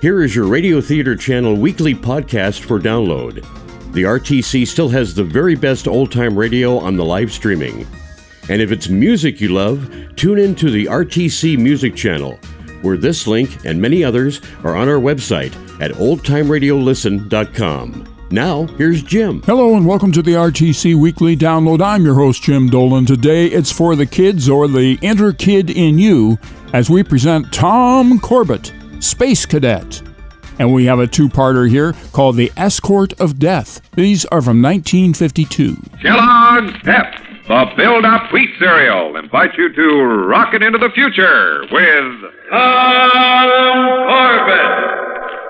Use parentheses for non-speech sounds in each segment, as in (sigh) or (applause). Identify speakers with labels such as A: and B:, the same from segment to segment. A: Here is your Radio Theater Channel weekly podcast for download. The RTC still has the very best old time radio on the live streaming. And if it's music you love, tune in to the RTC Music Channel, where this link and many others are on our website at oldtimeradiolisten.com. Now, here's Jim.
B: Hello and welcome to the RTC Weekly Download. I'm your host, Jim Dolan. Today it's for the kids or the inner kid in you as we present Tom Corbett, Space Cadet. And we have a two parter here called The Escort of Death. These are from 1952.
C: Kellogg's Pep, the build up wheat cereal, invites you to rocket into the future with Tom Corbett,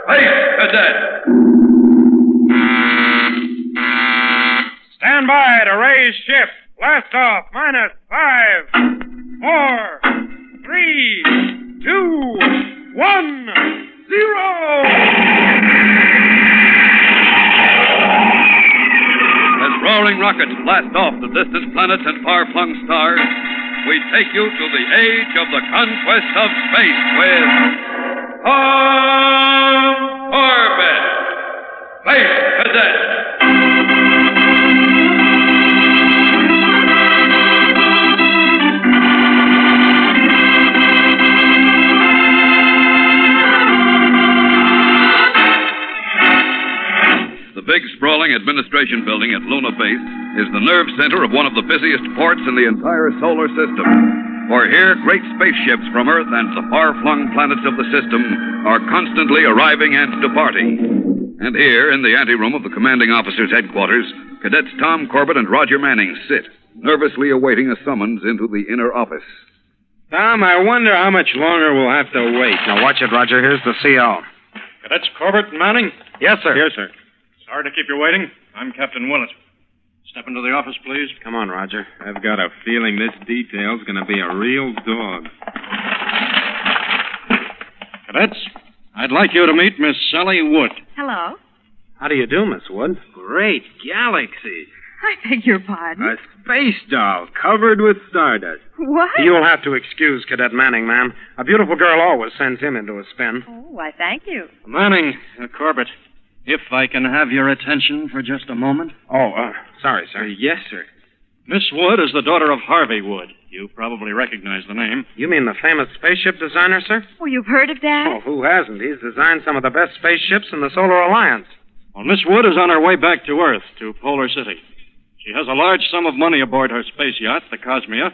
C: Space Cadet.
D: Stand by to raise ship. Blast off. Minus five, four, three, two, one, zero.
C: As roaring rockets blast off the distant planets and far flung stars, we take you to the age of the conquest of space with Tom Corbett, Space Cadet. The big, sprawling administration building at Luna Base is the nerve center of one of the busiest ports in the entire solar system. For here, great spaceships from Earth and the far flung planets of the system are constantly arriving and departing. And here, in the anteroom of the commanding officer's headquarters, cadets Tom Corbett and Roger Manning sit, nervously awaiting a summons into the inner office.
D: Tom, I wonder how much longer we'll have to wait.
E: Now watch it, Roger. Here's the CO.
D: Cadets Corbett and Manning?
E: Yes, sir.
D: Yes, sir. Sorry to keep you waiting. I'm Captain Willett. Step into the office, please.
E: Come on, Roger.
F: I've got a feeling this detail's going to be a real dog.
D: Cadets, I'd like you to meet Miss Sally Wood.
G: Hello.
E: How do you do, Miss Wood?
F: Great galaxy.
G: I beg your pardon.
F: A space doll covered with stardust.
G: what?
E: You'll have to excuse Cadet Manning, ma'am. A beautiful girl always sends him into a spin.
G: Oh, why, thank you.
D: Manning, uh, Corbett, if I can have your attention for just a moment.
E: Oh, uh, sorry, sir.
F: Yes, sir.
D: Miss Wood is the daughter of Harvey Wood. You probably recognize the name.
E: You mean the famous spaceship designer, sir?
G: Oh, you've heard of that?
E: Oh, who hasn't? He's designed some of the best spaceships in the Solar Alliance.
D: Well, Miss Wood is on her way back to Earth, to Polar City. She has a large sum of money aboard her space yacht, the Cosmia,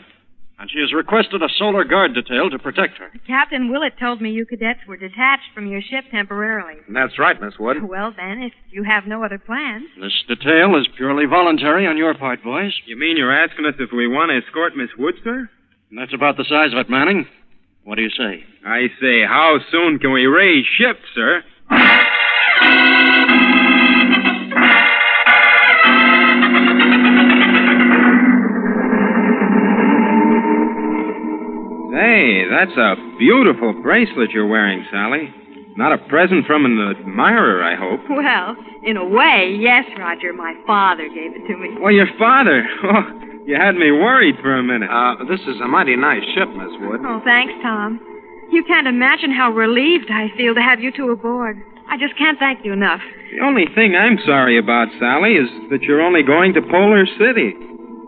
D: and she has requested a solar guard detail to protect her.
G: Captain Willett told me you cadets were detached from your ship temporarily.
E: That's right, Miss Wood.
G: Well, then, if you have no other plans.
D: This detail is purely voluntary on your part, boys.
F: You mean you're asking us if we want to escort Miss Wood, sir?
D: And that's about the size of it, Manning. What do you say?
F: I say, how soon can we raise ship, sir? Say, that's a beautiful bracelet you're wearing, Sally. Not a present from an admirer, I hope.
G: Well, in a way, yes, Roger. My father gave it to me.
F: Well, your father. (laughs) Oh, you had me worried for a minute.
E: Uh, this is a mighty nice ship, Miss Wood.
G: Oh, thanks, Tom. You can't imagine how relieved I feel to have you two aboard. I just can't thank you enough.
F: The only thing I'm sorry about, Sally, is that you're only going to Polar City.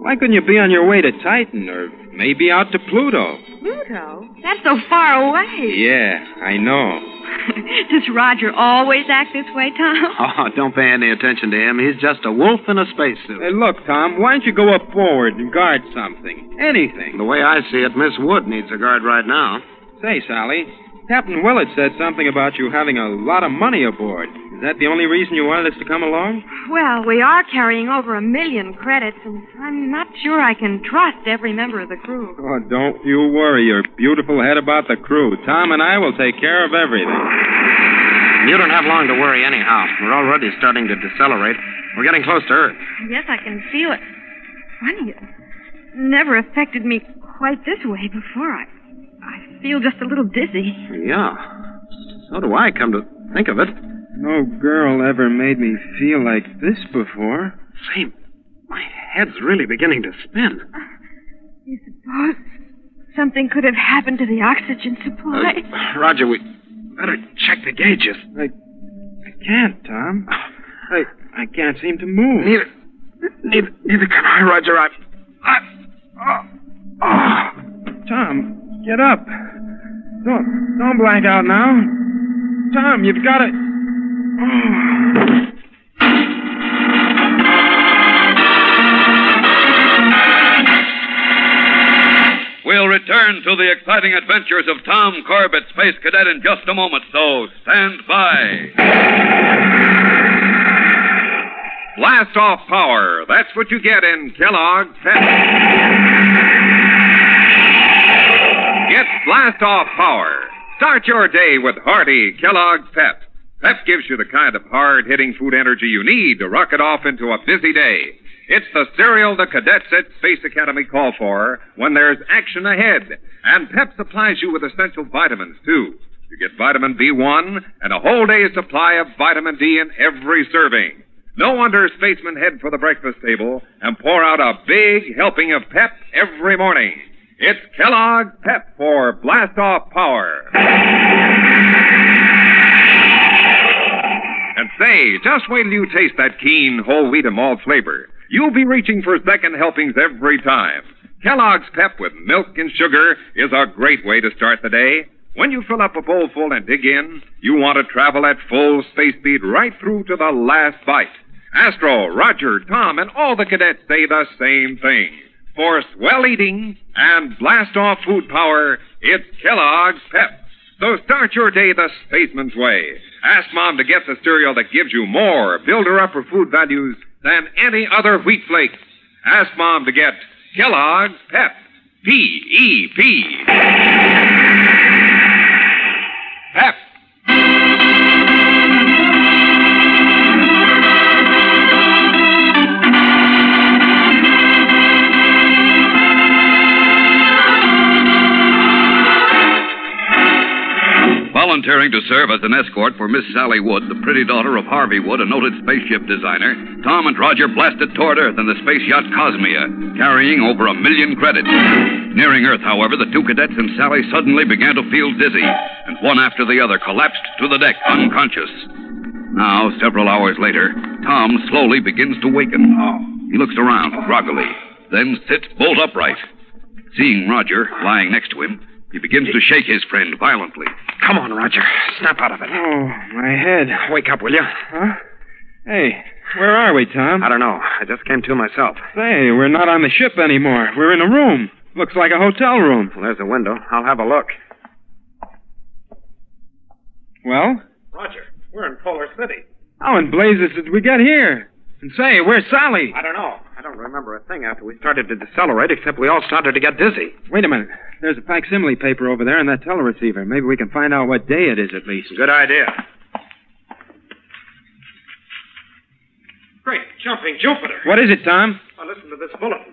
F: Why couldn't you be on your way to Titan or maybe out to Pluto?
G: Pluto? That's so far away.
F: Yeah, I know.
G: (laughs) Does Roger always act this way, Tom?
E: (laughs) Oh, don't pay any attention to him. He's just a wolf in a spacesuit.
F: Hey, look, Tom, why don't you go up forward and guard something? Anything.
E: The way I see it, Miss Wood needs a guard right now.
F: Say, Sally, Captain Willett said something about you having a lot of money aboard. Is that the only reason you wanted us to come along?
G: Well, we are carrying over a million credits, and I'm not sure I can trust every member of the crew.
F: Oh, don't you worry your beautiful head about the crew. Tom and I will take care of everything.
E: You don't have long to worry, anyhow. We're already starting to decelerate. We're getting close to Earth.
G: Yes, I can feel it. Funny, it never affected me quite this way before. I, I feel just a little dizzy.
E: Yeah. So do I, come to think of it.
F: No girl ever made me feel like this before.
E: Say, my head's really beginning to spin.
G: You suppose something could have happened to the oxygen supply?
E: Roger, we Better check the gauges.
F: I, I can't, Tom. I, I can't seem to move.
E: Neither, neither, neither can I, Roger. I, I, oh, oh.
F: Tom, get up. Don't, don't black out now. Tom, you've Oh. got to.
H: We'll return to the exciting adventures of Tom Corbett, Space Cadet, in just a moment, so stand by. Blast off power. That's what you get in Kellogg's Pep. Get blast off power. Start your day with hearty Kellogg's Pep. Pep gives you the kind of hard hitting food energy you need to rocket off into a busy day. It's the cereal the cadets at Space Academy call for when there's action ahead. And Pep supplies you with essential vitamins, too. You get vitamin B1 and a whole day's supply of vitamin D in every serving. No wonder spacemen head for the breakfast table and pour out a big helping of Pep every morning. It's Kellogg's Pep for Blast Off Power. And say, just wait till you taste that keen whole wheat and malt flavor. You'll be reaching for second helpings every time. Kellogg's Pep with milk and sugar is a great way to start the day. When you fill up a bowl full and dig in, you want to travel at full space speed right through to the last bite. Astro, Roger, Tom, and all the cadets say the same thing. For swell eating and blast off food power, it's Kellogg's Pep. So start your day the spaceman's way. Ask Mom to get the cereal that gives you more builder-upper food values than any other wheat flakes. Ask Mom to get Kellogg's Pep. E P-E-P. Pep. Volunteering to serve as an escort for Miss Sally Wood, the pretty daughter of Harvey Wood, a noted spaceship designer, Tom and Roger blasted toward Earth in the space yacht Cosmia, carrying over a million credits. Nearing Earth, however, the two cadets and Sally suddenly began to feel dizzy, and one after the other collapsed to the deck, unconscious. Now, several hours later, Tom slowly begins to waken. He looks around groggily, then sits bolt upright. Seeing Roger lying next to him, he begins to shake his friend violently.
E: Come on, Roger. Snap out of it.
F: Oh, my head.
E: Wake up, will you?
F: Huh? Hey, where are we, Tom?
E: I don't know. I just came to myself.
F: Say, we're not on the ship anymore. We're in a room. Looks like a hotel room.
E: Well, there's a window. I'll have a look.
F: Well,
E: Roger, we're in Polar City.
F: how in blazes did we get here? And say, where's Sally?
E: I don't know. I don't remember a thing after we started to decelerate, except we all started to get dizzy.
F: Wait a minute. There's a facsimile paper over there on that teleceiver. Maybe we can find out what day it is at least.
E: Good idea. Great jumping Jupiter.
F: What is it, Tom?
E: Well, listen to this bulletin.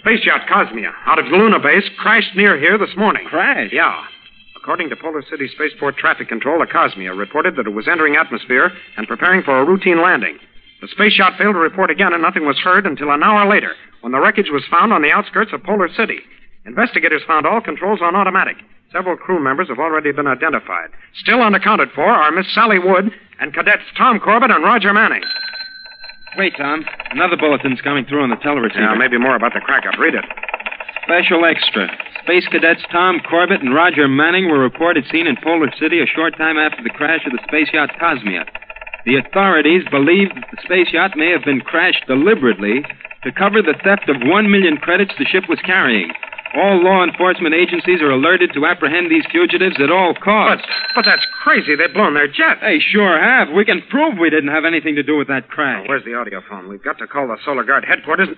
E: Space yacht Cosmia, out of Luna Base, crashed near here this morning.
F: Crash.
E: Yeah. According to Polar City Spaceport Traffic Control, the Cosmia reported that it was entering atmosphere and preparing for a routine landing. The space yacht failed to report again, and nothing was heard until an hour later, when the wreckage was found on the outskirts of Polar City. Investigators found all controls on automatic. Several crew members have already been identified. Still unaccounted for are Miss Sally Wood and cadets Tom Corbett and Roger Manning.
F: Wait, Tom. Another bulletin's coming through on the teleceiver.
E: Now, maybe more about the crackup. Read it.
F: Special extra. Space cadets Tom Corbett and Roger Manning were reported seen in Polar City a short time after the crash of the space yacht Cosmia. The authorities believe that the space yacht may have been crashed deliberately to cover the theft of one million credits the ship was carrying. All law enforcement agencies are alerted to apprehend these fugitives at all
E: But,
F: costs.
E: Oh, but that's crazy. They've blown their jet.
F: they sure have. We can prove we didn't have anything to do with that
E: Now,
F: crash.
E: where's the audio phone? We've got to call the Solar Guard headquarters.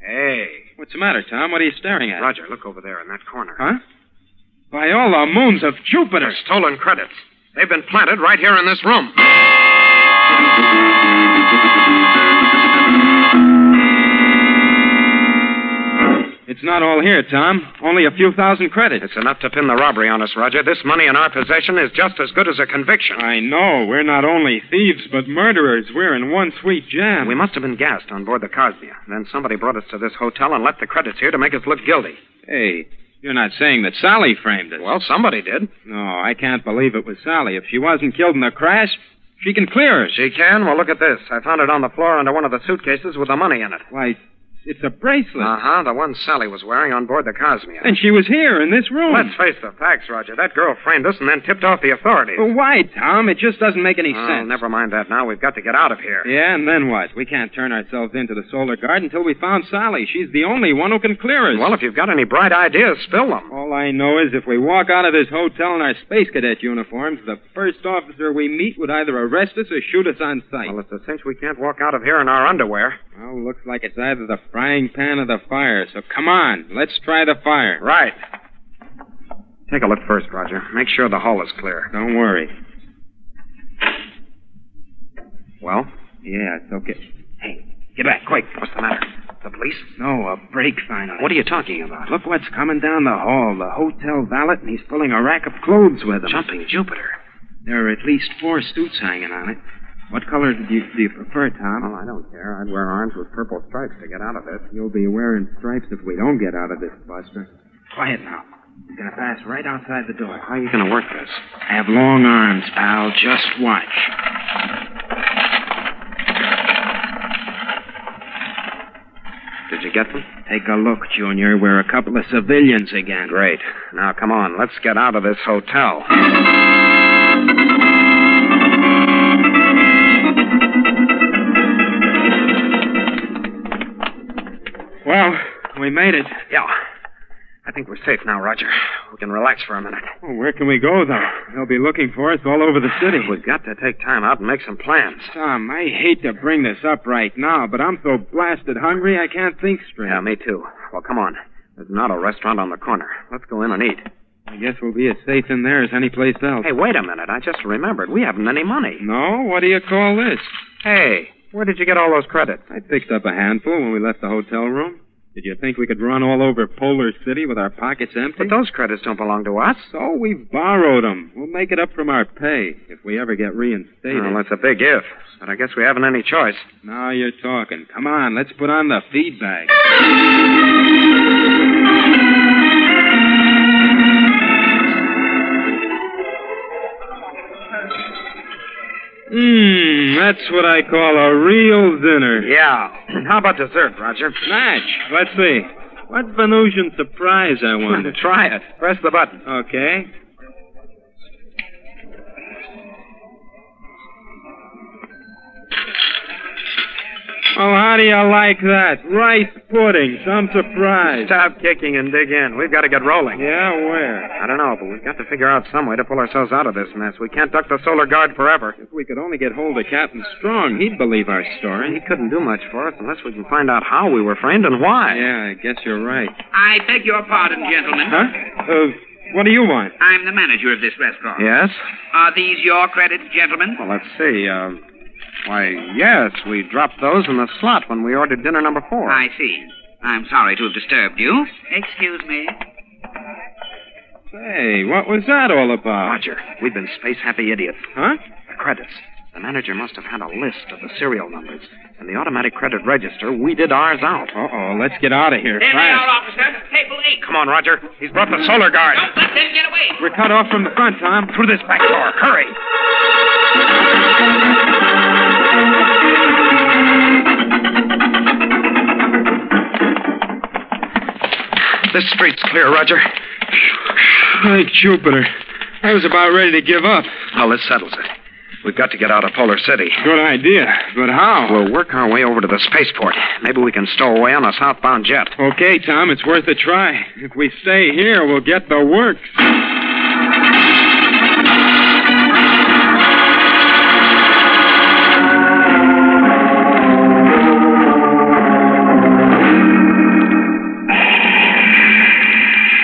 E: Hey,
F: What's the matter, Tom? What are you staring at?
E: Roger, look over there in that corner.
F: Huh? By all the moons of Jupiter.
E: They're stolen credits. They've been planted right here in this room.
F: It's not all here, Tom. Only a few thousand credits.
E: It's enough to pin the robbery on us, Roger. This money in our possession is just as good as a conviction.
F: I know. We're not only thieves, but murderers. We're in one sweet jam.
E: We must have been gassed on board the Cosmia. Then somebody brought us to this hotel and left the credits here to make us look guilty.
F: Hey, You're not saying that Sally framed it.
E: Well, somebody did.
F: No, I can't believe it was Sally. If she wasn't killed in the crash, she can clear us.
E: She can? Well, look at this. I found it on the floor under one of the suitcases with the money in it.
F: Why, it's a bracelet.
E: Uh huh, the one Sally was wearing on board the Cosmia.
F: And she was here in this room.
E: Let's face the facts, Roger. That girl framed us and then tipped off the authorities.
F: Well, why, Tom? It just doesn't make any
E: oh,
F: sense.
E: never mind that now. We've got to get out of here.
F: Yeah, and then what? We can't turn ourselves into the Solar Guard until we found Sally. She's the only one who can clear us.
E: Well, if you've got any bright ideas, spill them.
F: All I know is if we walk out of this hotel in our space cadet uniforms, the first officer we meet would either arrest us or shoot us on
D: Oh,
F: sight.
E: Well, it's a cinch we can't walk out of here in our underwear.
F: Well, looks like it's either the frying pan or the fire. So come on, let's try the fire.
E: Right. Take a look first, Roger. Make sure the hall is clear.
F: Don't worry.
E: Well?
F: Yeah, it's okay.
E: Get back, quick. What's the matter? The police?
F: No, a break finally.
E: What are you talking about?
F: Look what's coming down the hall. The hotel valet, and he's pulling a rack of clothes with him.
E: Jumping Jupiter.
F: There are at least four suits hanging on it. What color do you, do you prefer, Tom?
E: Well, Oh, I don't care. I'd wear orange with purple stripes to get out of this.
F: You'll be wearing stripes if we don't get out of this, Buster. Quiet now. He's gonna pass right outside the door.
E: How are you going to work this?
F: I have long arms, pal. Just watch.
E: Did you get them?
F: Take a look, Junior. We're a couple of civilians again.
E: Great. Now, come on. Let's get out of this hotel.
F: Well, we made it.
E: Yeah. I think we're safe now, Roger. We can relax for a minute.
F: Well, where can we go, though? They'll be looking for us all over the city.
E: We've got to take time out and make some plans.
F: Tom, I hate to bring this up right now, but I'm so blasted hungry I can't think straight.
E: Yeah, me too. Well, come on. There's an auto restaurant on the corner. Let's go in and eat.
F: I guess we'll be as safe in there as any place else.
E: Hey, wait a minute. I just remembered. We haven't any money.
F: No? What do you call this?
E: Hey, where did you get all those credits?
F: I picked up a handful when we left the hotel room. Did you think we could run all over Polar City with our pockets empty?
E: But those credits don't belong to us.
F: So we borrowed them. We'll make it up from our pay if we ever get reinstated.
E: Well, that's a big if. But I guess we haven't any choice.
F: Now you're talking. Come on, let's put on the feedback. Mmm, that's what I call a real dinner.
E: Yeah. (clears throat) How about dessert, Roger?
F: Match. Let's see. What Venusian surprise, I
E: (laughs)
F: wonder.
E: Try it. Press the button.
F: okay. Well, how do you like that? Rice pudding. Some surprise.
E: Stop kicking and dig in. We've got to get rolling.
F: Yeah, where?
E: I don't know, but we've got to figure out some way to pull ourselves out of this mess. We can't duck the Solar Guard forever.
F: If we could only get hold of Captain Strong, he'd believe our
E: And he
F: story.
E: couldn't do much for us unless we can find out how we were framed and why.
F: Yeah, I guess you're right.
I: I beg your pardon, gentlemen.
F: Huh? Uh, what do you want?
I: I'm the manager of this restaurant.
E: Yes?
I: Are these your credits, gentlemen?
E: Well, let's see. Uh, why, yes, we dropped those in the slot when we ordered dinner number four.
I: I see. I'm sorry to have disturbed you. Excuse me.
F: Say, what was that all about?
E: Roger, we've been space happy idiots.
F: Huh?
E: The credits. The manager must have had a list of the serial numbers. And the automatic credit register, we did ours out.
F: Uh oh, let's get out of here
I: There they are,
F: fast.
I: officer. Table eight.
E: Come on, Roger. He's brought the Solar Guard.
I: Don't let them get away.
F: We're cut off from the front, Tom.
E: Through this back door. Hurry. This street's clear, Roger.
F: By Jupiter. I was about ready to give up.
E: Well, this settles it. We've got to get out of Polar City.
F: Good idea. But how?
E: We'll work our way over to the spaceport. Maybe we can stow away on a southbound jet.
F: Okay, Tom, it's worth a try. If we stay here, we'll get the works.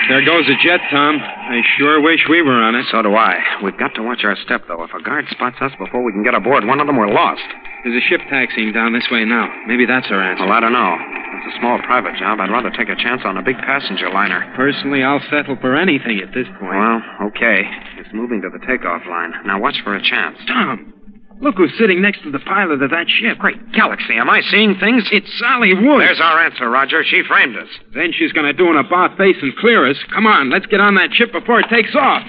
F: There goes a jet, Tom. I sure wish we were on it.
E: Eh, So do I. We've got to watch our step, though. If a guard spots us before we can get aboard one of them, we're lost.
F: There's a ship taxiing down this way now. Maybe that's our answer.
E: Well, I don't know. It's a small private job. I'd rather take a chance on a big passenger liner.
F: Personally, I'll settle for anything at this point.
E: Well, okay. It's moving to the takeoff line. Now watch for a chance.
F: Tom, Look who's sitting next to the pilot of that ship. Great.
E: Galaxy, am I seeing things?
F: It's Sally Wood.
E: There's our answer, Roger. She framed us.
F: Then she's going to do an about face and clear us. Come on, let's get on that ship before it takes off.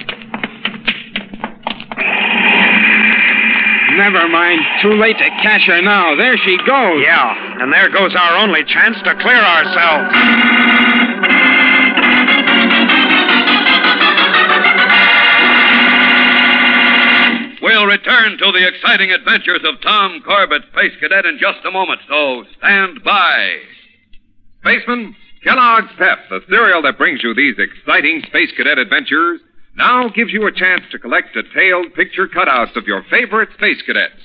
F: Never mind. Too late to catch her now. There she goes.
E: Yeah, and there goes our only chance to clear ourselves.
H: We'll return to the exciting adventures of Tom Corbett, Space Cadet, in just a moment, so stand by. Spaceman, Kellogg's Pep, the cereal that brings you these exciting Space Cadet adventures, now gives you a chance to collect detailed picture cutouts of your favorite Space Cadets.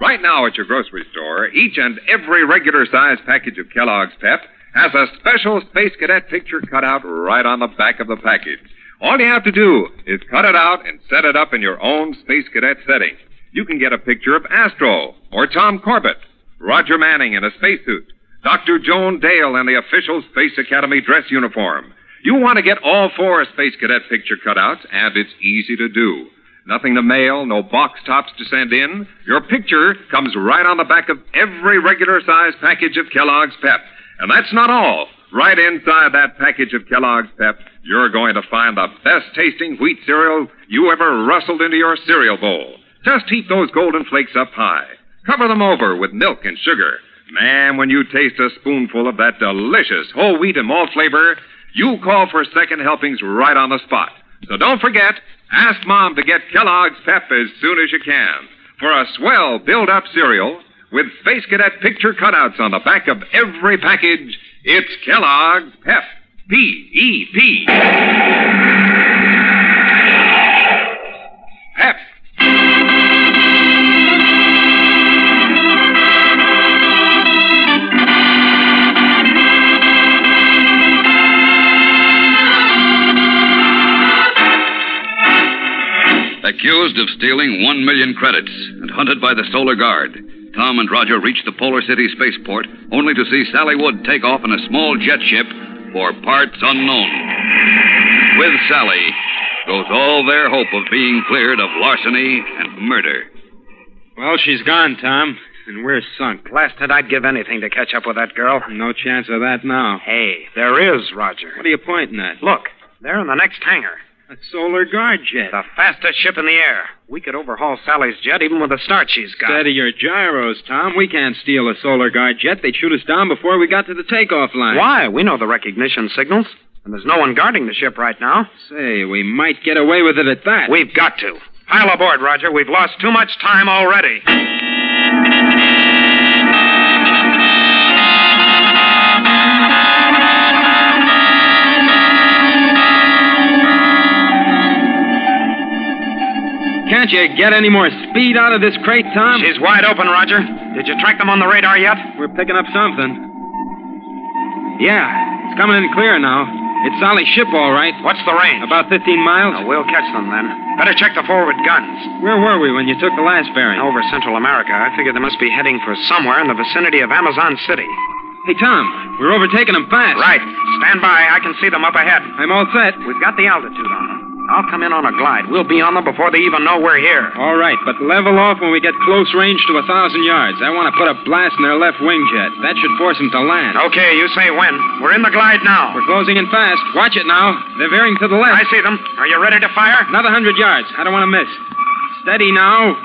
H: Right now at your grocery store, each and every regular size package of Kellogg's Pep has a special Space Cadet picture cutout right on the back of the package. All you have to do is cut it out and set it up in your own Space Cadet setting. You can get a picture of Astro or Tom Corbett, Roger Manning in a spacesuit, Dr. Joan Dale in the official Space Academy dress uniform. You want to get all four Space Cadet picture cutouts, and it's easy to do. Nothing to mail, no box tops to send in. Your picture comes right on the back of every regular size package of Kellogg's Pep. And that's not all. Right inside that package of Kellogg's Pep, you're going to find the best tasting wheat cereal you ever rustled into your cereal bowl. Just heat those golden flakes up high. Cover them over with milk and sugar. Man, when you taste a spoonful of that delicious whole wheat and malt flavor, you call for second helpings right on the spot. So don't forget, ask Mom to get Kellogg's Pep as soon as you can for a swell build up cereal with Space Cadet picture cutouts on the back of every package. It's Kellogg's Pep. P E P. Pep. Accused of stealing one million credits and hunted by the Solar Guard, Tom and Roger reach the Polar City spaceport only to see Sally Wood take off in a small jet ship for parts unknown. With Sally goes all their hope of being cleared of larceny and murder.
F: Well, she's gone, Tom, and we're sunk.
E: Blasted, I'd give anything to catch up with that girl.
F: No chance of that now.
E: Hey, there is, Roger.
F: What are you pointing at?
E: Look, they're in the next hangar.
F: A solar guard jet.
E: The fastest ship in the air. We could overhaul Sally's jet even with the start she's got.
F: Steady your gyros, Tom. We can't steal a solar guard jet. They'd shoot us down before we got to the takeoff line.
E: Why? We know the recognition signals. And there's no one guarding the ship right now.
F: Say, we might get away with it at that.
E: We've got to. Pile aboard, Roger. We've lost too much time already.
F: Can't you get any more speed out of this crate, Tom?
E: She's wide open, Roger. Did you track them on the radar yet?
F: We're picking up something. Yeah, it's coming in clear now. It's Sally's ship, all right.
E: What's the range?
F: About 15 miles.
E: Oh, we'll catch them then. Better check the forward guns.
F: Where were we when you took the last bearing?
E: Over Central America, I figure they must be heading for somewhere in the vicinity of Amazon City.
F: Hey, Tom, we're overtaking them fast.
E: Right. Stand by. I can see them up ahead.
F: I'm all set.
E: We've got the altitude on them. I'll come in on a glide. We'll be on them before they even know we're here.
F: All right, but level off when we get close range to a thousand yards. I want to put a blast in their left wing jet. That should force them to land.
E: Okay, you say when. We're in the glide now.
F: We're closing in fast. Watch it now. They're veering to the left.
E: I see them. Are you ready to fire?
F: Another hundred yards. I don't want to miss. Steady now.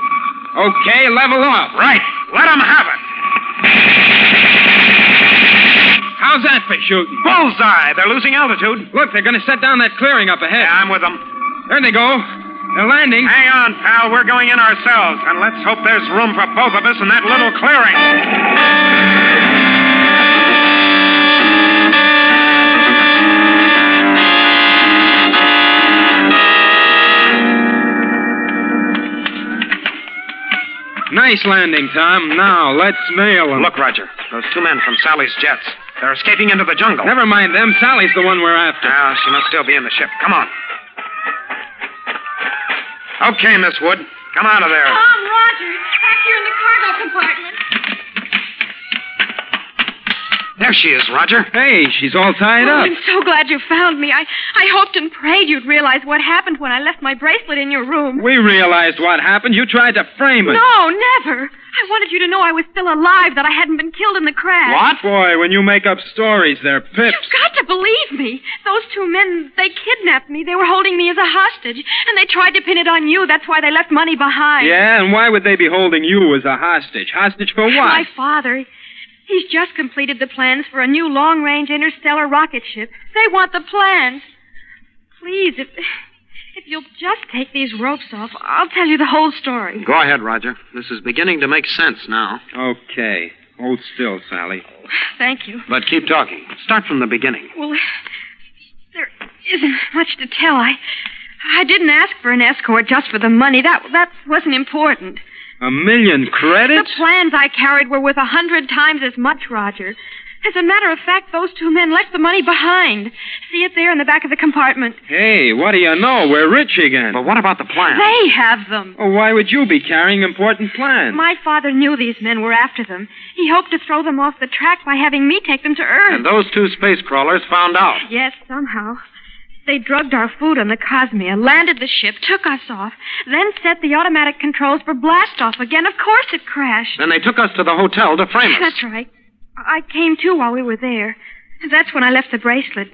F: Okay, level off.
E: Right. Let 'em have it.
F: How's that for shooting?
E: Bullseye. They're losing altitude.
F: Look, they're going to set down that clearing up ahead.
E: Yeah, I'm with them.
F: There they go. They're landing.
E: Hang on, pal. We're going in ourselves. And let's hope there's room for both of us in that little clearing.
F: Nice landing, Tom. Now, let's nail them.
E: Look, Roger. Those two men from Sally's jets. They're escaping into the jungle.
F: Never mind them. Sally's the one we're after.
E: Ah, she must still be in the ship. Come on. Okay, Miss Wood. Come out of there.
G: Tom Rogers, back here in the cargo compartment.
E: There she is, Roger.
F: Hey, she's all tied
G: Oh,
F: up.
G: I'm so glad you found me. I, I hoped and prayed you'd realize what happened when I left my bracelet in your room.
F: We realized what happened. You tried to frame us.
G: No, never. I wanted you to know I was still alive, that I hadn't been killed in the crash.
F: What? Boy, when you make up stories, they're pips.
G: You've got to believe me. Those two men, they kidnapped me. They were holding me as a hostage, and they tried to pin it on you. That's why they left money behind.
F: Yeah, and why would they be holding you as a hostage? Hostage for what?
G: My father, he- he's just completed the plans for a new long range interstellar rocket ship. They want the plans. Please, if, if you'll just take these ropes off, I'll tell you the whole story.
E: Go ahead, Roger. This is beginning to make sense now.
F: Okay. Hold still, Sally.
G: Thank you.
E: But keep talking. Start from the beginning.
G: Well, there isn't much to tell. I, I didn't ask for an escort just for the money. That, that wasn't important.
F: A million
G: The
F: credits?
G: plans I carried were worth a hundred times as much, Roger. As a matter of fact, those two men left the money behind. See it there in the back of the compartment.
F: Hey, what do you know? We're rich again.
E: But what about the plan?
G: They have them.
F: Oh, why would you be carrying important plans?
G: My father knew these men were after them. He hoped to throw them off the track by having me take them to Earth.
E: And those two space crawlers found out.
G: Yes, somehow. They drugged our food on the Cosmia, landed the ship, took us off, then set the automatic controls for blastoff again. Of course it crashed.
E: Then they took us to the hotel to frame us.
G: That's right. I came to while we were there. That's when I left the bracelet.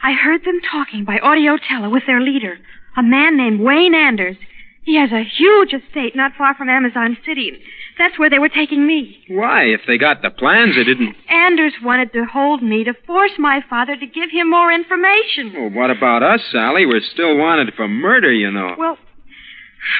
G: I heard them talking by audio tele with their leader, a man named Wayne Anders. He has a huge estate not far from Amazon City. That's where they were taking me.
F: Why? If they got the plans, they didn't.
G: Anders wanted to hold me to force my father to give him more information.
F: Well, Oh, what about us, Sally? We're still wanted for murder, you know.
G: Well,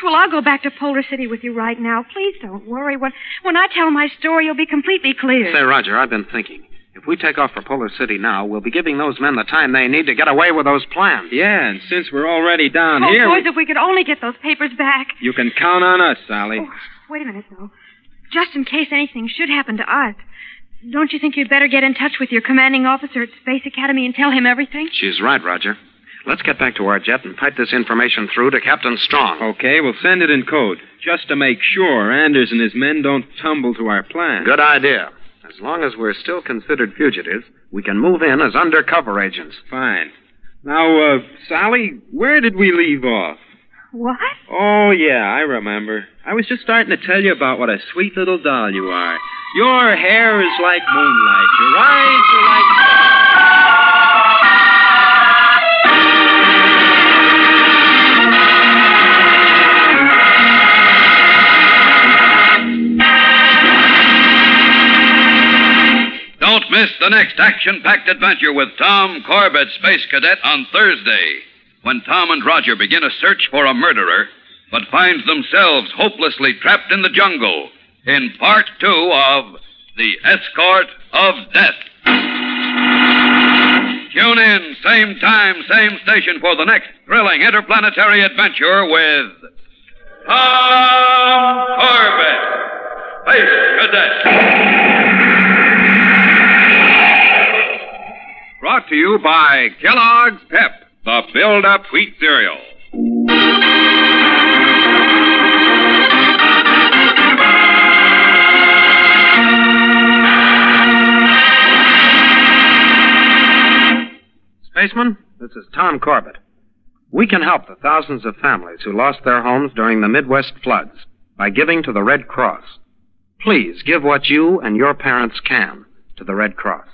G: well, I'll go back to Polar City with you right now. Please don't worry. When when I tell my story, you'll be completely clear.
E: Say, Roger, I've been thinking. If we take off for Polar City now, we'll be giving those men the time they need to get away with those plans.
F: Yeah, and since we're already down
G: oh,
F: here,
G: boys, if we could only get those papers back.
F: you can count on us, Sally.
G: Oh, wait a minute, though. Just in case anything should happen to us, don't you think you'd better get in touch with your commanding officer at Space Academy and tell him everything?
E: She's right, Roger. Let's get back to our jet and pipe this information through to Captain Strong.
F: Okay, we'll send it in code, just to make sure Anders and his men don't tumble to our plan.
E: Good idea. As long as we're still considered fugitives, we can move in as undercover agents.
F: Fine. Now, uh, Sally, where did we leave off?
G: What?
F: Oh, yeah, I remember. I was just starting to tell you about what a sweet little doll you are. Your hair is like moonlight. Your eyes are like.
C: Don't miss the next action packed adventure with Tom Corbett, Space Cadet, on Thursday, when Tom and Roger begin a search for a murderer, but find themselves hopelessly trapped in the jungle in part two of The Escort of Death. Tune in, same time, same station, for the next thrilling interplanetary adventure with Tom Corbett, Space Cadet. Brought to you by Kellogg's Pep, the Build Up Wheat Cereal.
E: Spaceman, this is Tom Corbett. We can help the thousands of families who lost their homes during the Midwest floods by giving to the Red Cross. Please give what you and your parents can to the Red Cross.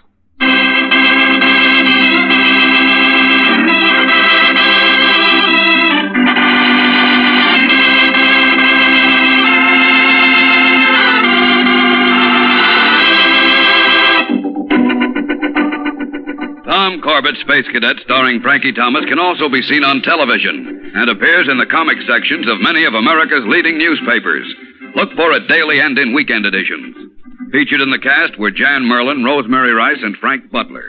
C: Tom Corbett, Space Cadet, starring Frankie Thomas, can also be seen on television and appears in the comic sections of many of America's leading newspapers. Look for it daily and in weekend editions. Featured in the cast were Jan Merlin, Rosemary Rice, and Frank Butler.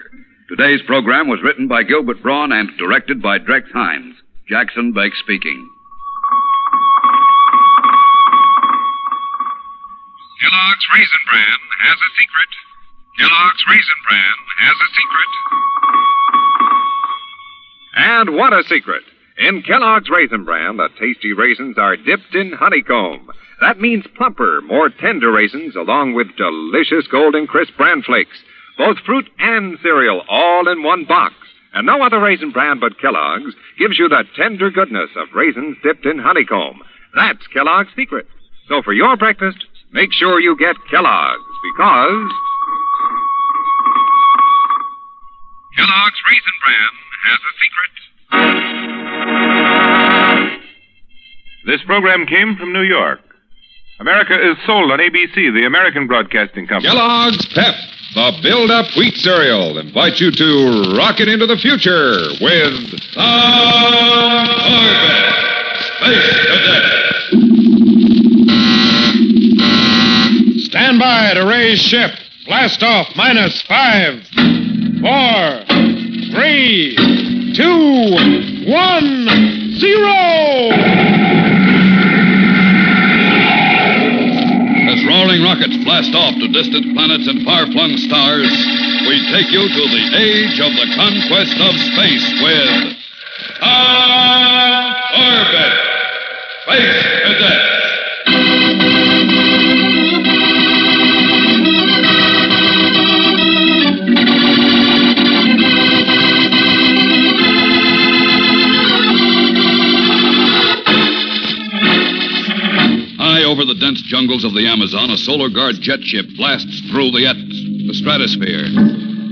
C: Today's program was written by Gilbert Braun and directed by Drex Hines. Jackson Bake speaking.
J: Kellogg's Raisin Bran has a secret. Kellogg's Raisin Bran has a secret. And what a secret! In Kellogg's Raisin Bran, the tasty raisins are dipped in honeycomb. That means plumper, more tender raisins, along with delicious golden crisp bran flakes.
H: Both fruit and cereal, all in one box. And no other raisin brand but Kellogg's gives you the tender goodness of raisins dipped in honeycomb. That's Kellogg's secret. So for your breakfast, make sure you get Kellogg's because.
I: Kellogg's Raisin Bran has a secret.
K: This program came from New York. America is sold on ABC, the American Broadcasting Company.
L: Kellogg's Pep, the build up wheat cereal, invites you to rocket into the future with
M: Stand by to raise ship. Blast off minus five, four, three, two, one, zero.
C: As roaring rockets blast off to distant planets and far flung stars, we take you to the age of the conquest of space with High over the dense jungles of the Amazon, a solar guard jet ship blasts through the, at- the stratosphere.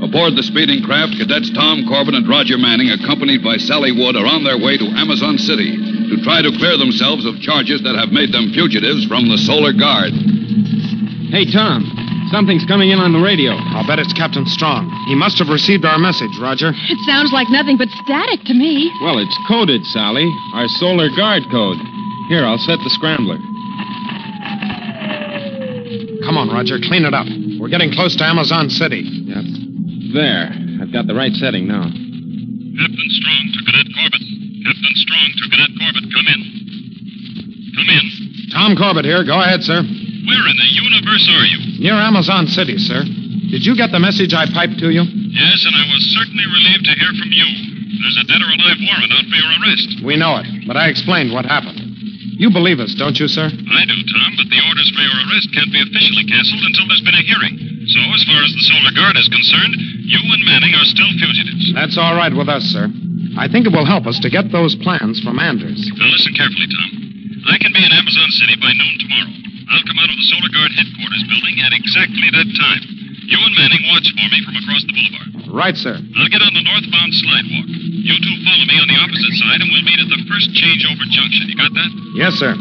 C: Aboard the speeding craft, cadets Tom Corbin and Roger Manning, accompanied by Sally Wood, are on their way to Amazon City to try to clear themselves of charges that have made them fugitives from the solar guard.
F: Hey, Tom. Something's coming in on the radio.
E: I'll bet it's Captain Strong. He must have received our message, Roger.
G: It sounds like nothing but static to me.
F: Well, it's coded, Sally. Our solar guard code. Here, I'll set the scrambler.
E: Come on, Roger, clean it up. We're getting close to Amazon City. Yep.
F: There. I've got the right setting now.
N: Captain Strong to Cadet Corbett. Captain Strong to Cadet Corbett, come in. Come in.
E: Tom Corbett here. Go ahead, sir.
N: Where in the universe are you?
E: Near Amazon City, sir. Did you get the message I piped to you?
N: Yes, and I was certainly relieved to hear from you. There's a dead or alive warrant out for your arrest.
E: We know it, but I explained what happened. You believe us, don't you, sir?
N: I do, Tom, but the orders for your arrest can't be officially canceled until there's been a hearing. So, as far as the Solar Guard is concerned, you and Manning are still fugitives.
E: That's all right with us, sir. I think it will help us to get those plans from Anders.
N: Now, listen carefully, Tom. I can be in Amazon City by noon tomorrow. I'll come out of the Solar Guard headquarters building at exactly that time. You and Manning watch for me from across the boulevard.
E: Right, sir.
N: I'll get on the northbound slidewalk. You two follow me on the opposite side, and we'll meet at the first changeover junction. You got that?
E: Yes, sir.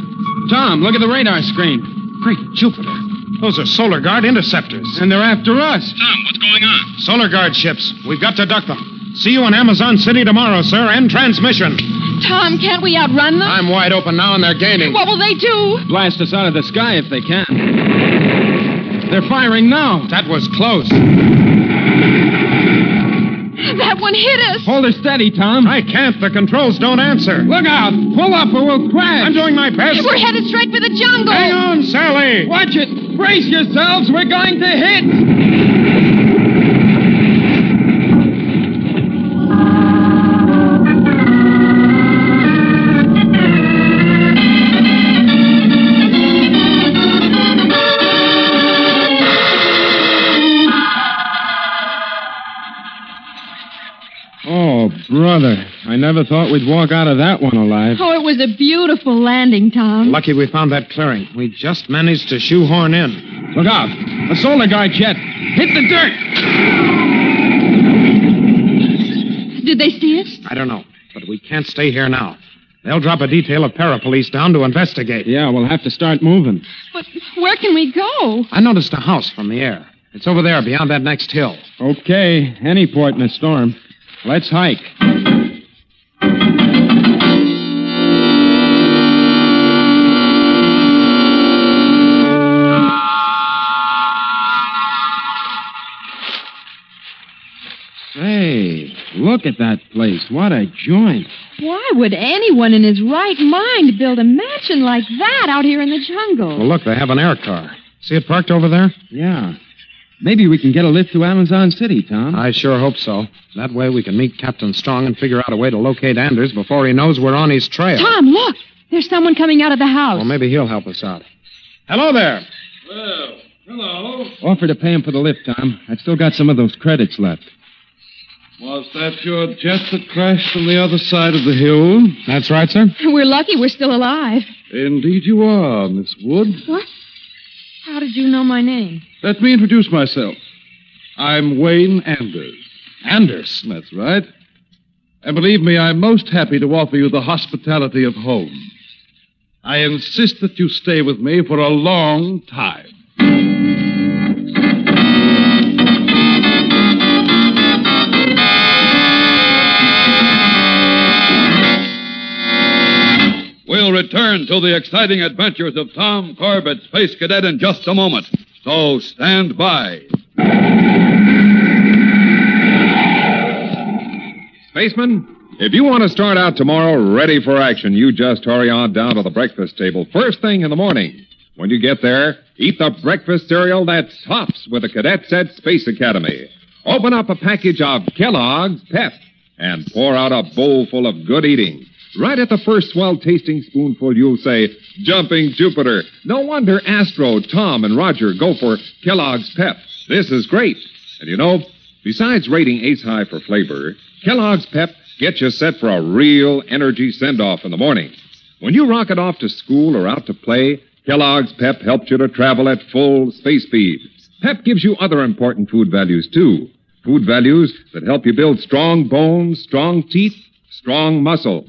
F: Tom, look at the radar screen.
E: Great Jupiter. Those are Solar Guard interceptors.
F: And they're after us.
N: Tom, what's going on?
E: Solar Guard ships. We've got to duck them. See you in Amazon City tomorrow, sir. End transmission.
G: Tom, can't we outrun them?
E: I'm wide open now, and they're gaining.
G: What will they do?
F: Blast us out of the sky if they can. They're firing now.
E: That was close.
G: That one hit us.
F: Hold her steady, Tom.
E: I can't. The controls don't answer.
F: Look out. Pull up or we'll crash.
E: I'm doing my best.
G: We're headed straight for the jungle.
E: Hang on, Sally.
F: Watch it. Brace yourselves. We're going to hit. Oh, brother. I never thought we'd walk out of that one alive.
G: Oh, it was a beautiful landing, Tom.
E: Lucky we found that clearing. We just managed to shoehorn in.
F: Look out. A solar guard jet. Hit the dirt.
G: Did they see us?
E: I don't know, but we can't stay here now. They'll drop a detail of parapolice down to investigate.
F: Yeah, we'll have to start moving.
G: But where can we go?
E: I noticed a house from the air. It's over there beyond that next hill.
F: Okay, any port in a storm. Let's hike. Say, look at that place. What a joint.
G: Why would anyone in his right mind build a mansion like that out here in the jungle?
E: Well, look, they have an air car. See it parked over there?
F: Yeah. Maybe we can get a lift to Amazon City, Tom.
E: I sure hope so. That way we can meet Captain Strong and figure out a way to locate Anders before he knows we're on his trail.
G: Tom, look. There's someone coming out of the house.
E: Well, maybe he'll help us out. Hello there.
N: Well,
O: Hello.
F: Offer to pay him for the lift, Tom. I've still got some of those credits left.
O: Was that your jet that crashed from the other side of the hill? That's right, sir.
G: We're lucky we're still alive.
O: Indeed, you are, Miss Wood.
G: What? How did you know my name?
O: Let me introduce myself. I'm Wayne Anders. Anders? That's right. And believe me, I'm most happy to offer you the hospitality of home. I insist that you stay with me for a long time.
C: We'll return to the exciting adventures of Tom Corbett, Space Cadet, in just a moment. So stand by.
H: Spaceman, if you want to start out tomorrow ready for action, you just hurry on down to the breakfast table first thing in the morning. When you get there, eat the breakfast cereal that's tops with the cadets at Space Academy. Open up a package of Kellogg's Pep and pour out a bowl full of good eating. Right at the first swell tasting spoonful, you'll say, Jumping Jupiter. No wonder Astro, Tom, and Roger go for Kellogg's Pep. This is great. And you know, besides rating ace high for flavor, Kellogg's Pep gets you set for a real energy send off in the morning. When you rocket off to school or out to play, Kellogg's Pep helps you to travel at full space speed. Pep gives you other important food values, too. Food values that help you build strong bones, strong teeth, strong muscle.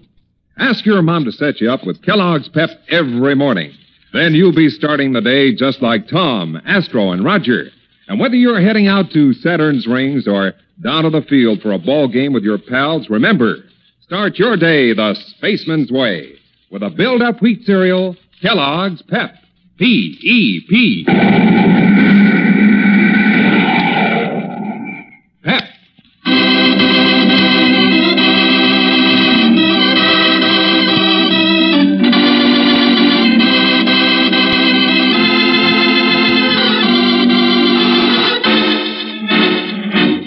H: Ask your mom to set you up with Kellogg's Pep every morning. Then you'll be starting the day just like Tom, Astro, and Roger. And whether you're heading out to Saturn's rings or down to the field for a ball game with your pals, remember, start your day the spaceman's way with a build-up wheat cereal, Kellogg's Pep. E P-E-P.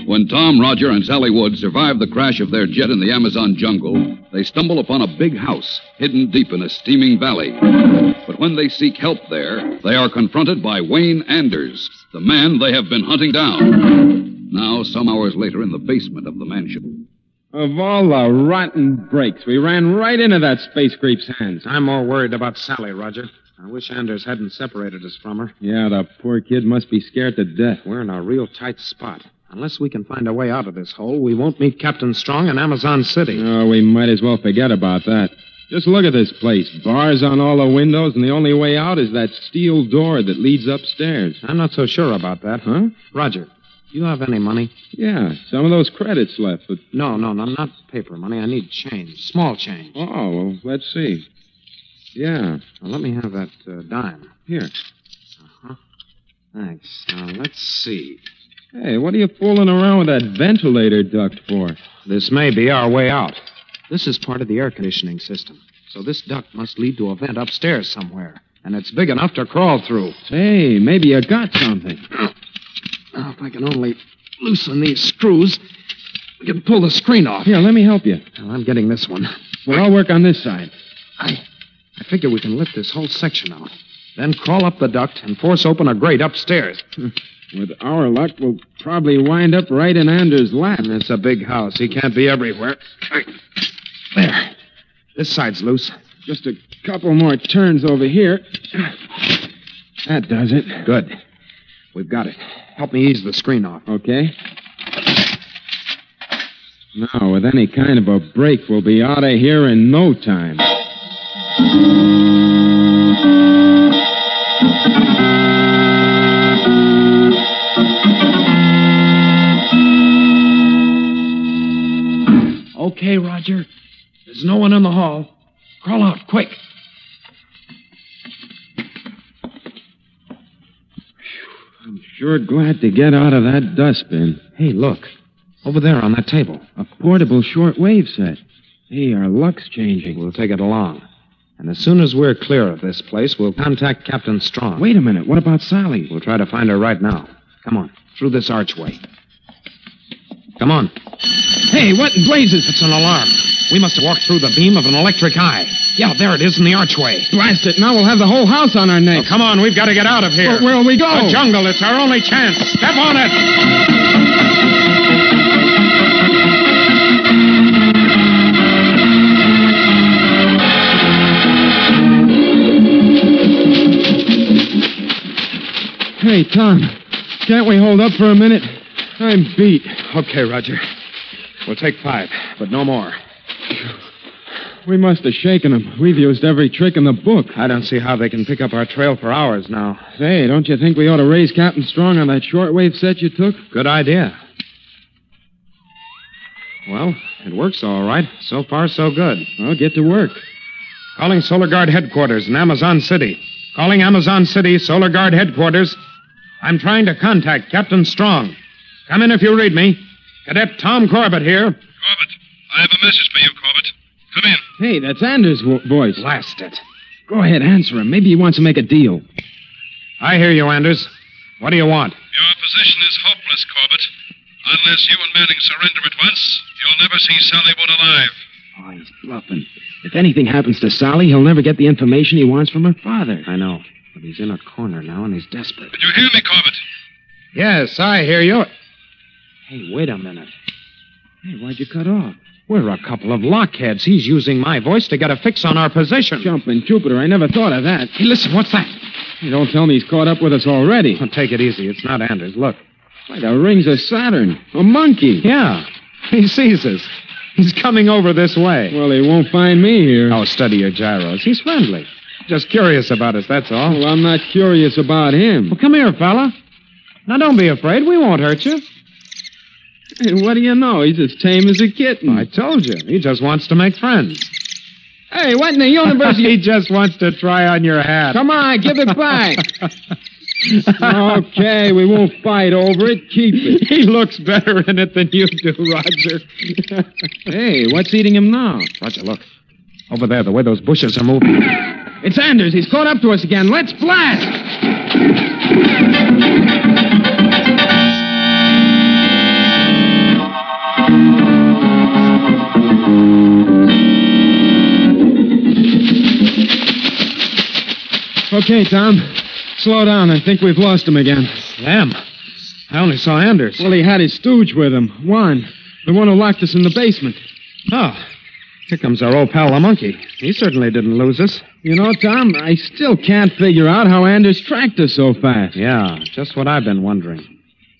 C: When Tom, Roger, and Sally Wood survive the crash of their jet in the Amazon jungle, they stumble upon a big house hidden deep in a steaming valley. But when they seek help there, they are confronted by Wayne Anders, the man they have been hunting down. Now, some hours later, in the basement of the mansion.
F: Of all the rotten breaks, we ran right into that space creep's hands.
E: I'm more worried about Sally, Roger. I wish Anders hadn't separated us from her.
F: Yeah, the poor kid must be scared to death.
E: We're in a real tight spot. Unless we can find a way out of this hole, we won't meet Captain Strong in Amazon City.
F: Oh, we might as well forget about that. Just look at this place. Bars on all the windows, and the only way out is that steel door that leads upstairs.
E: I'm not so sure about that.
F: Huh?
E: Roger, do you have any money?
F: Yeah, some of those credits left, but.
E: No, no, no, not paper money. I need change, small change.
F: Oh, well, let's see. Yeah.
E: Now, let me have that uh, dime. Uh-huh.
F: Here.
E: Thanks. Now, let's see.
F: Hey, what are you fooling around with that ventilator duct for?
E: This may be our way out. This is part of the air conditioning system. So this duct must lead to a vent upstairs somewhere. And it's big enough to crawl through.
F: Hey, maybe you got something.
E: Now, if I can only loosen these screws, we can pull the screen off.
F: Here, let me help you.
E: Well, I'm getting this one.
F: Well, I'll work on this side.
E: I, I figure we can lift this whole section out. Then crawl up the duct and force open a grate upstairs.
F: Hmm. With our luck, we'll probably wind up right in Anders' lap.
E: And it's a big house. He can't be everywhere. There. This side's loose.
F: Just a couple more turns over here. That does it.
E: Good. We've got it. Help me ease the screen off.
F: Okay. Now, with any kind of a break, we'll be out of here in no time.
E: Okay, Roger. There's no one in the hall. Crawl out, quick.
F: I'm sure glad to get out of that dustbin.
E: Hey, look. Over there on that table.
F: A portable shortwave set. Hey, our luck's changing.
E: We'll take it along. And as soon as we're clear of this place, we'll contact Captain Strong.
F: Wait a minute. What about Sally?
E: We'll try to find her right now. Come on, through this archway. Come on. Hey, what in blazes? It's an alarm. We must have walked through the beam of an electric eye. Yeah, there it is in the archway.
F: Blast it. Now we'll have the whole house on our necks.
E: Oh, Come on, we've got to get out of here.
F: But where'll we go?
E: The jungle. It's our only chance. Step on it.
F: Hey, Tom, can't we hold up for a minute? I'm beat. Okay, Roger. We'll take five, but no more. We must have shaken them. We've used every trick in the book.
E: I don't see how they can pick up our trail for hours now.
F: Say, don't you think we ought to raise Captain Strong on that shortwave set you took?
E: Good idea.
F: Well, it works all right.
E: So far, so good.
F: Well, get to work.
E: Calling Solar Guard headquarters in Amazon City. Calling Amazon City, Solar Guard headquarters. I'm trying to contact Captain Strong. Come in if you read me. Cadet Tom Corbett here.
I: I have a message for you, Corbett. Come in.
F: Hey, that's Anders' wo- voice.
E: Blast it.
F: Go ahead, answer him. Maybe he wants to make a deal.
E: I hear you, Anders. What do you want?
I: Your position is hopeless, Corbett. Unless you and Manning surrender at once, you'll never see Sally Wood alive.
F: Oh, he's bluffing. If anything happens to Sally, he'll never get the information he wants from her father.
E: I know. But he's in a corner now and he's desperate.
I: You hear me, Corbett?
E: Yes, I hear you.
F: Hey, wait a minute. Hey, why'd you cut off?
E: We're a couple of lockheads. He's using my voice to get a fix on our position.
F: Jumping Jupiter, I never thought of that.
E: Hey, listen, what's that?
F: Hey, don't tell me he's caught up with us already.
E: Oh, take it easy. It's not Anders. Look.
F: Why, the rings of Saturn. A monkey.
E: Yeah. He sees us. He's coming over this way.
F: Well, he won't find me here.
E: Oh, study your gyros. He's friendly. Just curious about us, that's all.
F: Well, I'm not curious about him.
E: Well, come here, fella. Now, don't be afraid. We won't hurt you.
F: Hey, what do you know? He's as tame as a kitten.
E: I told you. He just wants to make friends.
F: Hey, what in the
E: (laughs)
F: universe?
E: he just wants to try on your hat.
F: Come on, give it
E: (laughs)
F: back. okay, we won't fight over it. Keep it.
E: He looks better in it than you do, Roger.
F: (laughs) hey, what's eating him now?
E: Roger, look. Over there, the way those bushes are (laughs) moving.
F: It's Anders. He's caught up to us again. Let's blast! Okay, Tom. Slow down. I think we've lost him again.
E: Them. I only saw Anders.
F: Well, he had his stooge with him. Juan. The one who locked us in the basement.
E: Oh. Here comes our old pal, the monkey. He certainly didn't lose us.
F: You know, Tom, I still can't figure out how Anders tracked us so fast.
E: Yeah, just what I've been wondering.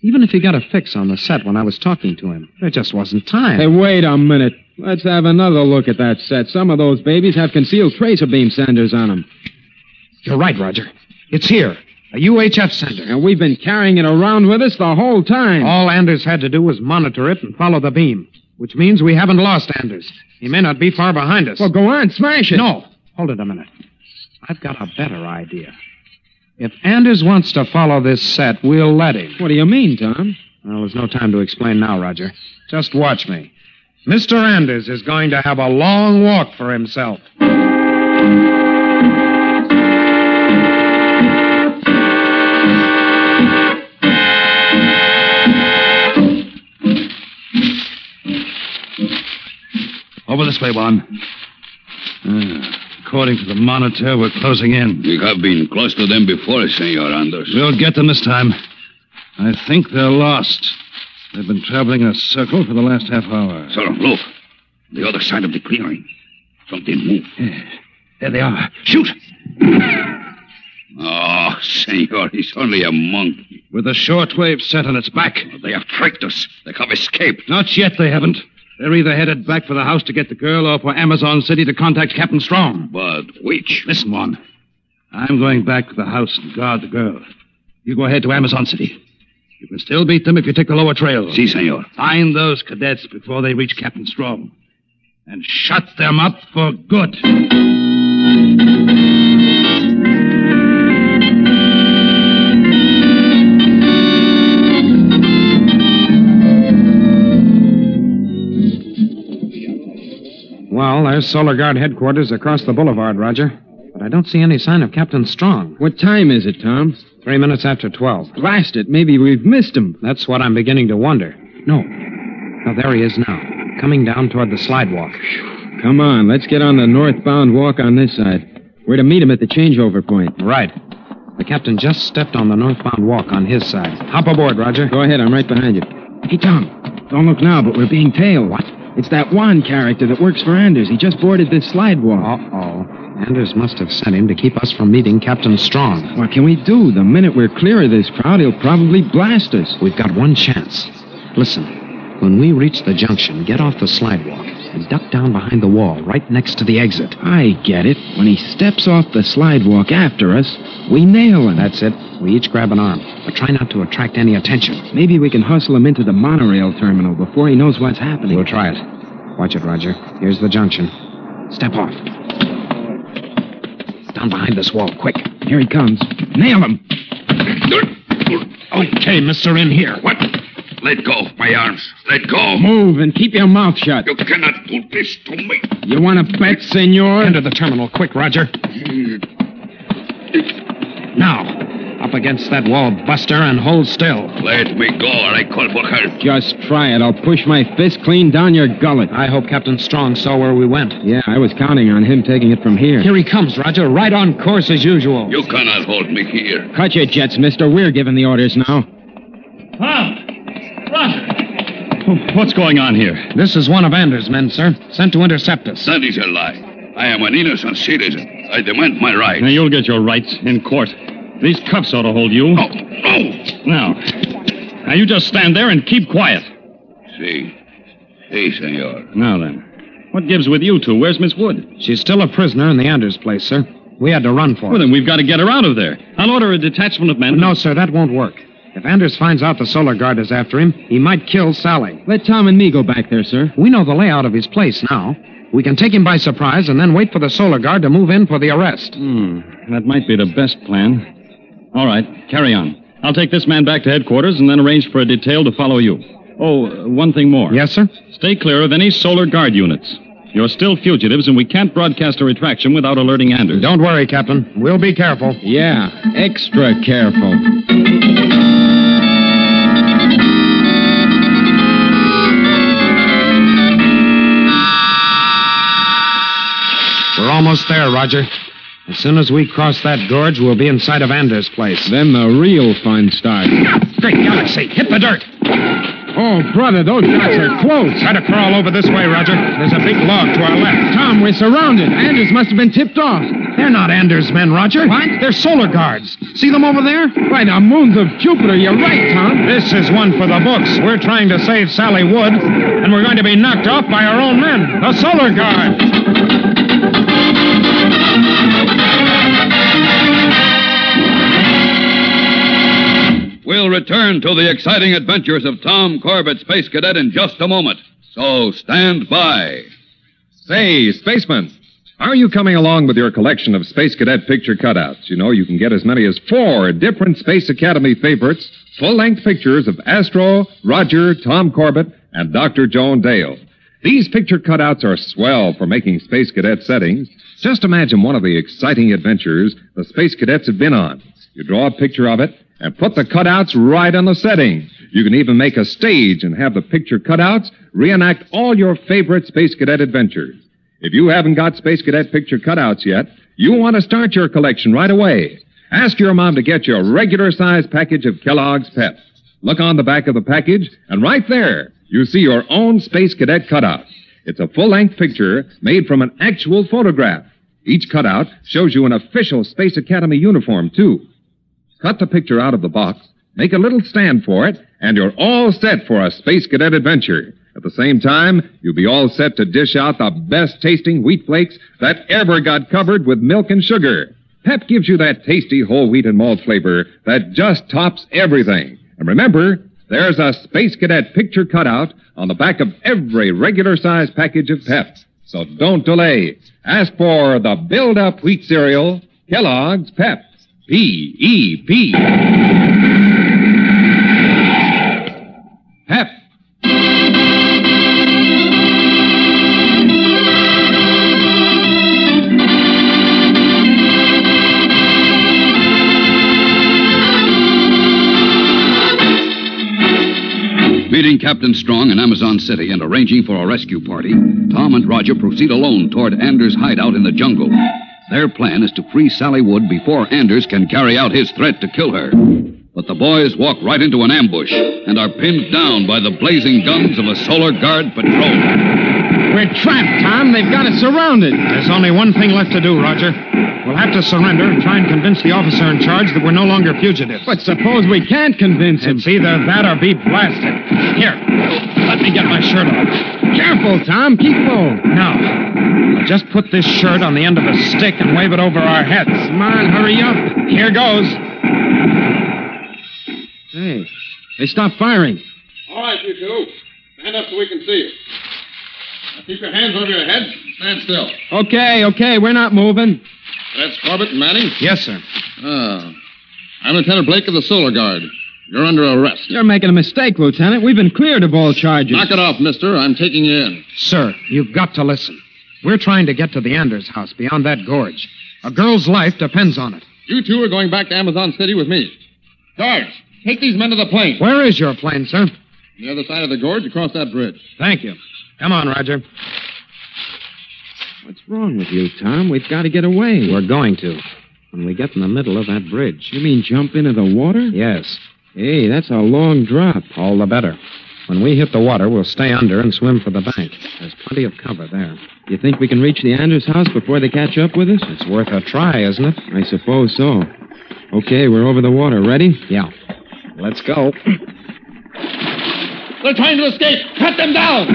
E: Even if he got a fix on the set when I was talking to him, there just wasn't time.
F: Hey, wait a minute. Let's have another look at that set. Some of those babies have concealed tracer beam senders on them.
E: You're right, Roger. It's here. A UHF sender.
F: And we've been carrying it around with us the whole time.
E: All Anders had to do was monitor it and follow the beam, which means we haven't lost Anders. He may not be far behind us.
F: Well, go on, smash it.
E: No. Hold it a minute. I've got a better idea. If Anders wants to follow this set, we'll let him.
F: What do you mean, Tom?
E: Well, there's no time to explain now, Roger. Just watch me. Mr. Anders is going to have a long walk for himself.
P: Over this way, Juan. Ah, according to the monitor, we're closing in.
Q: We have been close to them before, Senor Anders.
P: We'll get them this time. I think they're lost. They've been traveling in a circle for the last half hour.
Q: Sir, look. The other side of the clearing. Something moved.
P: Yeah. There they are. Shoot!
Q: Oh, senor, he's only a monkey.
P: With a shortwave set on its back.
Q: They have tricked us. They have escaped.
P: Not yet, they haven't. They're either headed back for the house to get the girl or for Amazon City to contact Captain Strong.
Q: But which?
P: Listen, Juan. I'm going back to the house and guard the girl. You go ahead to Amazon City. You can still beat them if you take the lower trail.
Q: Si, senor.
P: Find those cadets before they reach Captain Strong. And shut them up for good.
E: Well, there's Solar Guard headquarters across the boulevard, Roger. But I don't see any sign of Captain Strong.
F: What time is it, Tom?
E: Three minutes after 12.
F: Blast it. Maybe we've missed him.
E: That's what I'm beginning to wonder. No. No, there he is now, coming down toward the slidewalk.
F: Come on, let's get on the northbound walk on this side. We're to meet him at the changeover point.
E: Right. The captain just stepped on the northbound walk on his side. Hop aboard, Roger.
F: Go ahead, I'm right behind you. Hey, Tom, don't look now, but we're being tailed. What? It's that Juan character that works for Anders. He just boarded this slide wall. Uh-oh.
E: Anders must have sent him to keep us from meeting Captain Strong.
F: What can we do? The minute we're clear of this crowd, he'll probably blast us.
E: We've got one chance. Listen, when we reach the junction, get off the slidewalk and duck down behind the wall right next to the exit.
F: I get it. When he steps off the slidewalk after us, we nail him.
E: That's it. We each grab an arm, but try not to attract any attention.
F: Maybe we can hustle him into the monorail terminal before he knows what's happening.
E: We'll try it. Watch it, Roger. Here's the junction. Step off. Down behind this wall, quick.
F: Here he comes. Nail him.
E: Okay, mister, in here.
C: What? Let go of my arms. Let go.
F: Move and keep your mouth shut.
C: You cannot do this to me.
F: You want to bet, senor?
E: Enter the terminal, quick, Roger. Now, up against that wall, Buster, and hold still.
C: Let me go or I call for help.
F: Just try it. I'll push my fist clean down your gullet.
E: I hope Captain Strong saw where we went.
F: Yeah, I was counting on him taking it from here.
E: Here he comes, Roger, right on course as usual.
C: You cannot hold me here.
F: Cut your jets, mister. We're giving the orders now.
N: Tom! Roger! What's going on here?
E: This is one of Anders' men, sir, sent to intercept us.
C: That is a lie. I am an innocent citizen. I demand my rights.
N: Now, you'll get your rights in court. These cuffs ought to hold you.
C: Oh, oh!
N: Now, now you just stand there and keep quiet.
C: See. Si. Si, senor.
N: Now then, what gives with you two? Where's Miss Wood?
E: She's still a prisoner in the Anders place, sir. We had to run for
N: Well,
E: her.
N: then we've got to get her out of there. I'll order a detachment of men.
E: No, sir, that won't work. If Anders finds out the Solar Guard is after him, he might kill Sally.
F: Let Tom and me go back there, sir.
E: We know the layout of his place now. We can take him by surprise and then wait for the Solar Guard to move in for the arrest.
N: Hmm, that might be the best plan. All right, carry on. I'll take this man back to headquarters and then arrange for a detail to follow you. Oh, uh, one thing more.
E: Yes, sir?
N: Stay clear of any Solar Guard units. You're still fugitives, and we can't broadcast a retraction without alerting Anders.
E: Don't worry, Captain. We'll be careful.
F: Yeah, extra careful.
E: We're almost there, Roger. As soon as we cross that gorge, we'll be inside of Anders' place.
F: Then the real fun starts.
E: Great galaxy! Hit the dirt!
F: Oh, brother, those guys are close.
E: Try to crawl over this way, Roger. There's a big log to our left.
F: Tom, we're surrounded. Anders must have been tipped off.
E: They're not Anders' men, Roger.
F: What?
E: They're solar guards. See them over there?
F: By the moons of Jupiter, you're right, Tom.
E: This is one for the books. We're trying to save Sally Wood, and we're going to be knocked off by our own men, the solar guard.
M: We'll return to the exciting adventures of Tom Corbett, Space Cadet, in just a moment. So stand by.
H: Say, spaceman, are you coming along with your collection of Space Cadet picture cutouts? You know, you can get as many as four different Space Academy favorites, full length pictures of Astro, Roger, Tom Corbett, and Dr. Joan Dale. These picture cutouts are swell for making Space Cadet settings. Just imagine one of the exciting adventures the Space Cadets have been on. You draw a picture of it and put the cutouts right on the setting. You can even make a stage and have the picture cutouts reenact all your favorite Space Cadet adventures. If you haven't got Space Cadet picture cutouts yet, you want to start your collection right away. Ask your mom to get you a regular size package of Kellogg's Pep. Look on the back of the package, and right there, you see your own Space Cadet cutout. It's a full length picture made from an actual photograph. Each cutout shows you an official Space Academy uniform, too. Cut the picture out of the box, make a little stand for it, and you're all set for a Space Cadet adventure. At the same time, you'll be all set to dish out the best tasting wheat flakes that ever got covered with milk and sugar. Pep gives you that tasty whole wheat and malt flavor that just tops everything. And remember, there's a Space Cadet picture cutout on the back of every regular size package of Pep. So don't delay. Ask for the Build Up Wheat Cereal, Kellogg's Pep. P E P. Pep.
C: Meeting Captain Strong in Amazon City and arranging for a rescue party, Tom and Roger proceed alone toward Anders' hideout in the jungle. Their plan is to free Sally Wood before Anders can carry out his threat to kill her. But the boys walk right into an ambush and are pinned down by the blazing guns of a Solar Guard patrol.
F: We're trapped, Tom. They've got us surrounded.
E: There's only one thing left to do, Roger. We'll have to surrender and try and convince the officer in charge that we're no longer fugitives.
F: But suppose we can't convince him.
E: It's either that or be blasted. Here, let me get my shirt off.
F: Careful, Tom. Keep low.
E: Now, I'll just put this shirt on the end of a stick and wave it over our heads. Come on, hurry up. Here goes.
F: Hey, they stopped firing.
N: All right, you two. Stand up so we can see you. Now keep your hands over your heads and stand still.
F: Okay, okay, we're not moving.
N: That's Corbett and Manning?
F: Yes, sir.
N: Ah. I'm Lieutenant Blake of the Solar Guard. You're under arrest.
F: You're making a mistake, Lieutenant. We've been cleared of all charges.
N: Knock it off, mister. I'm taking you in.
E: Sir, you've got to listen. We're trying to get to the Anders house beyond that gorge. A girl's life depends on it.
N: You two are going back to Amazon City with me. Guards, take these men to the plane.
E: Where is your plane, sir?
N: The other side of the gorge, across that bridge.
E: Thank you. Come on, Roger.
F: What's wrong with you, Tom? We've got to get away.
R: We're going to. When we get in the middle of that bridge.
F: You mean jump into the water?
R: Yes.
F: Hey, that's a long drop.
R: All the better. When we hit the water, we'll stay under and swim for the bank. There's plenty of cover there.
F: You think we can reach the Anders house before they catch up with us?
R: It's worth a try, isn't it?
F: I suppose so. Okay, we're over the water. Ready?
R: Yeah. Let's go.
N: They're trying to escape. Cut them down.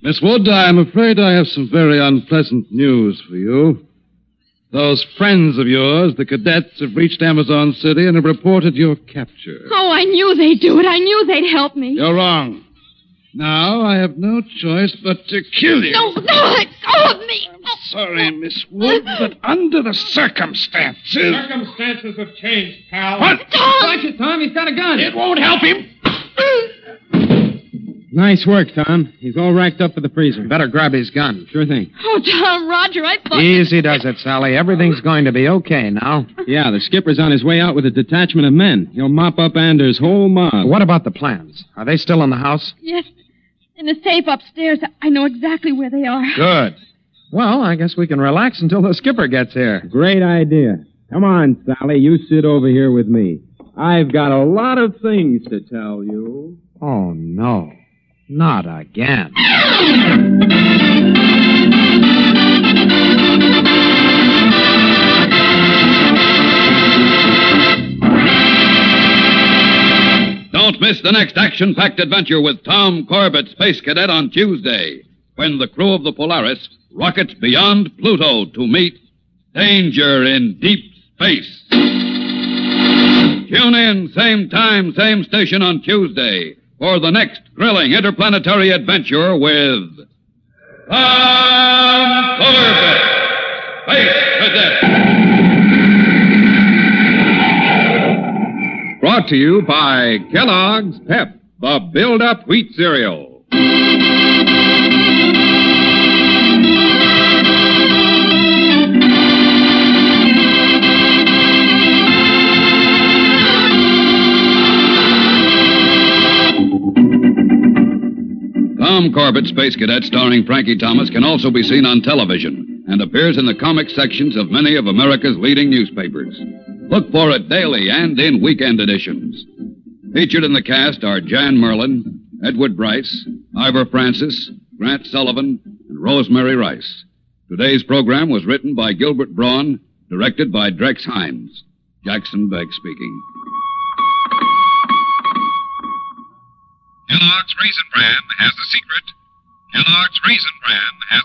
O: Miss Wood, I am afraid I have some very unpleasant news for you. Those friends of yours, the cadets, have reached Amazon City and have reported your capture.
G: Oh, I knew they'd do it. I knew they'd help me.
O: You're wrong. Now I have no choice but to kill you.
G: No, no, let go of me.
O: Sorry, Miss Wood, but under the circumstances.
N: Circumstances have changed, pal.
O: What?
F: Watch it, Tom. He's got a gun.
N: It won't help him.
F: Nice work, Tom. He's all racked up for the freezer.
E: Better grab his gun.
F: Sure thing.
G: Oh, Tom, Roger, I thought.
E: Easy does it, Sally. Everything's going to be okay now.
F: Yeah, the skipper's on his way out with a detachment of men. He'll mop up Anders' whole mob.
E: What about the plans? Are they still in the house?
G: Yes. In the safe upstairs. I know exactly where they are.
E: Good. Well, I guess we can relax until the skipper gets here.
F: Great idea. Come on, Sally. You sit over here with me. I've got a lot of things to tell you.
E: Oh, no. Not again.
C: Don't miss the next action packed adventure with Tom Corbett, Space Cadet, on Tuesday, when the crew of the Polaris rockets beyond Pluto to meet danger in deep space. Tune in, same time, same station on Tuesday for the next thrilling interplanetary adventure with Tom Corbett, Space Cadet.
S: Brought to you by Kellogg's Pep, the Build Up Wheat Cereal.
C: Tom Corbett, Space Cadet, starring Frankie Thomas, can also be seen on television and appears in the comic sections of many of America's leading newspapers. Look for it daily and in weekend editions. Featured in the cast are Jan Merlin, Edward Bryce, Ivor Francis, Grant Sullivan, and Rosemary Rice. Today's program was written by Gilbert Braun, directed by Drex Hines. Jackson Beck speaking.
I: Kellogg's Raisin Bran has the secret. Kellogg's Raisin Bran has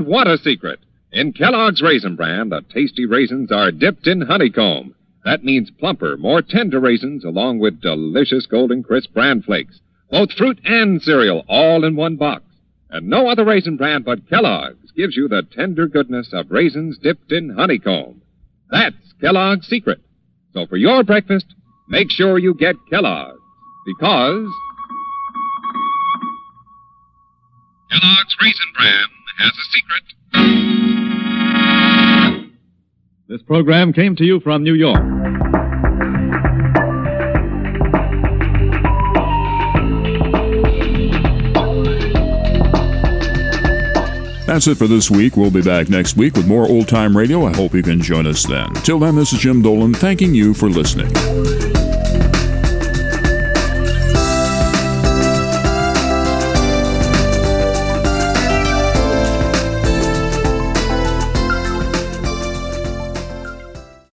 I: the secret.
H: And what a secret! In Kellogg's Raisin Bran, the tasty raisins are dipped in honeycomb. That means plumper, more tender raisins along with delicious golden crisp bran flakes. Both fruit and cereal all in one box. And no other raisin bran but Kellogg's gives you the tender goodness of raisins dipped in honeycomb. That's Kellogg's secret. So for your breakfast, make sure you get Kellogg's because
I: Kellogg's Raisin Bran has a secret.
O: This program came to you from New York.
B: That's it for this week. We'll be back next week with more old time radio. I hope you can join us then. Till then, this is Jim Dolan thanking you for listening.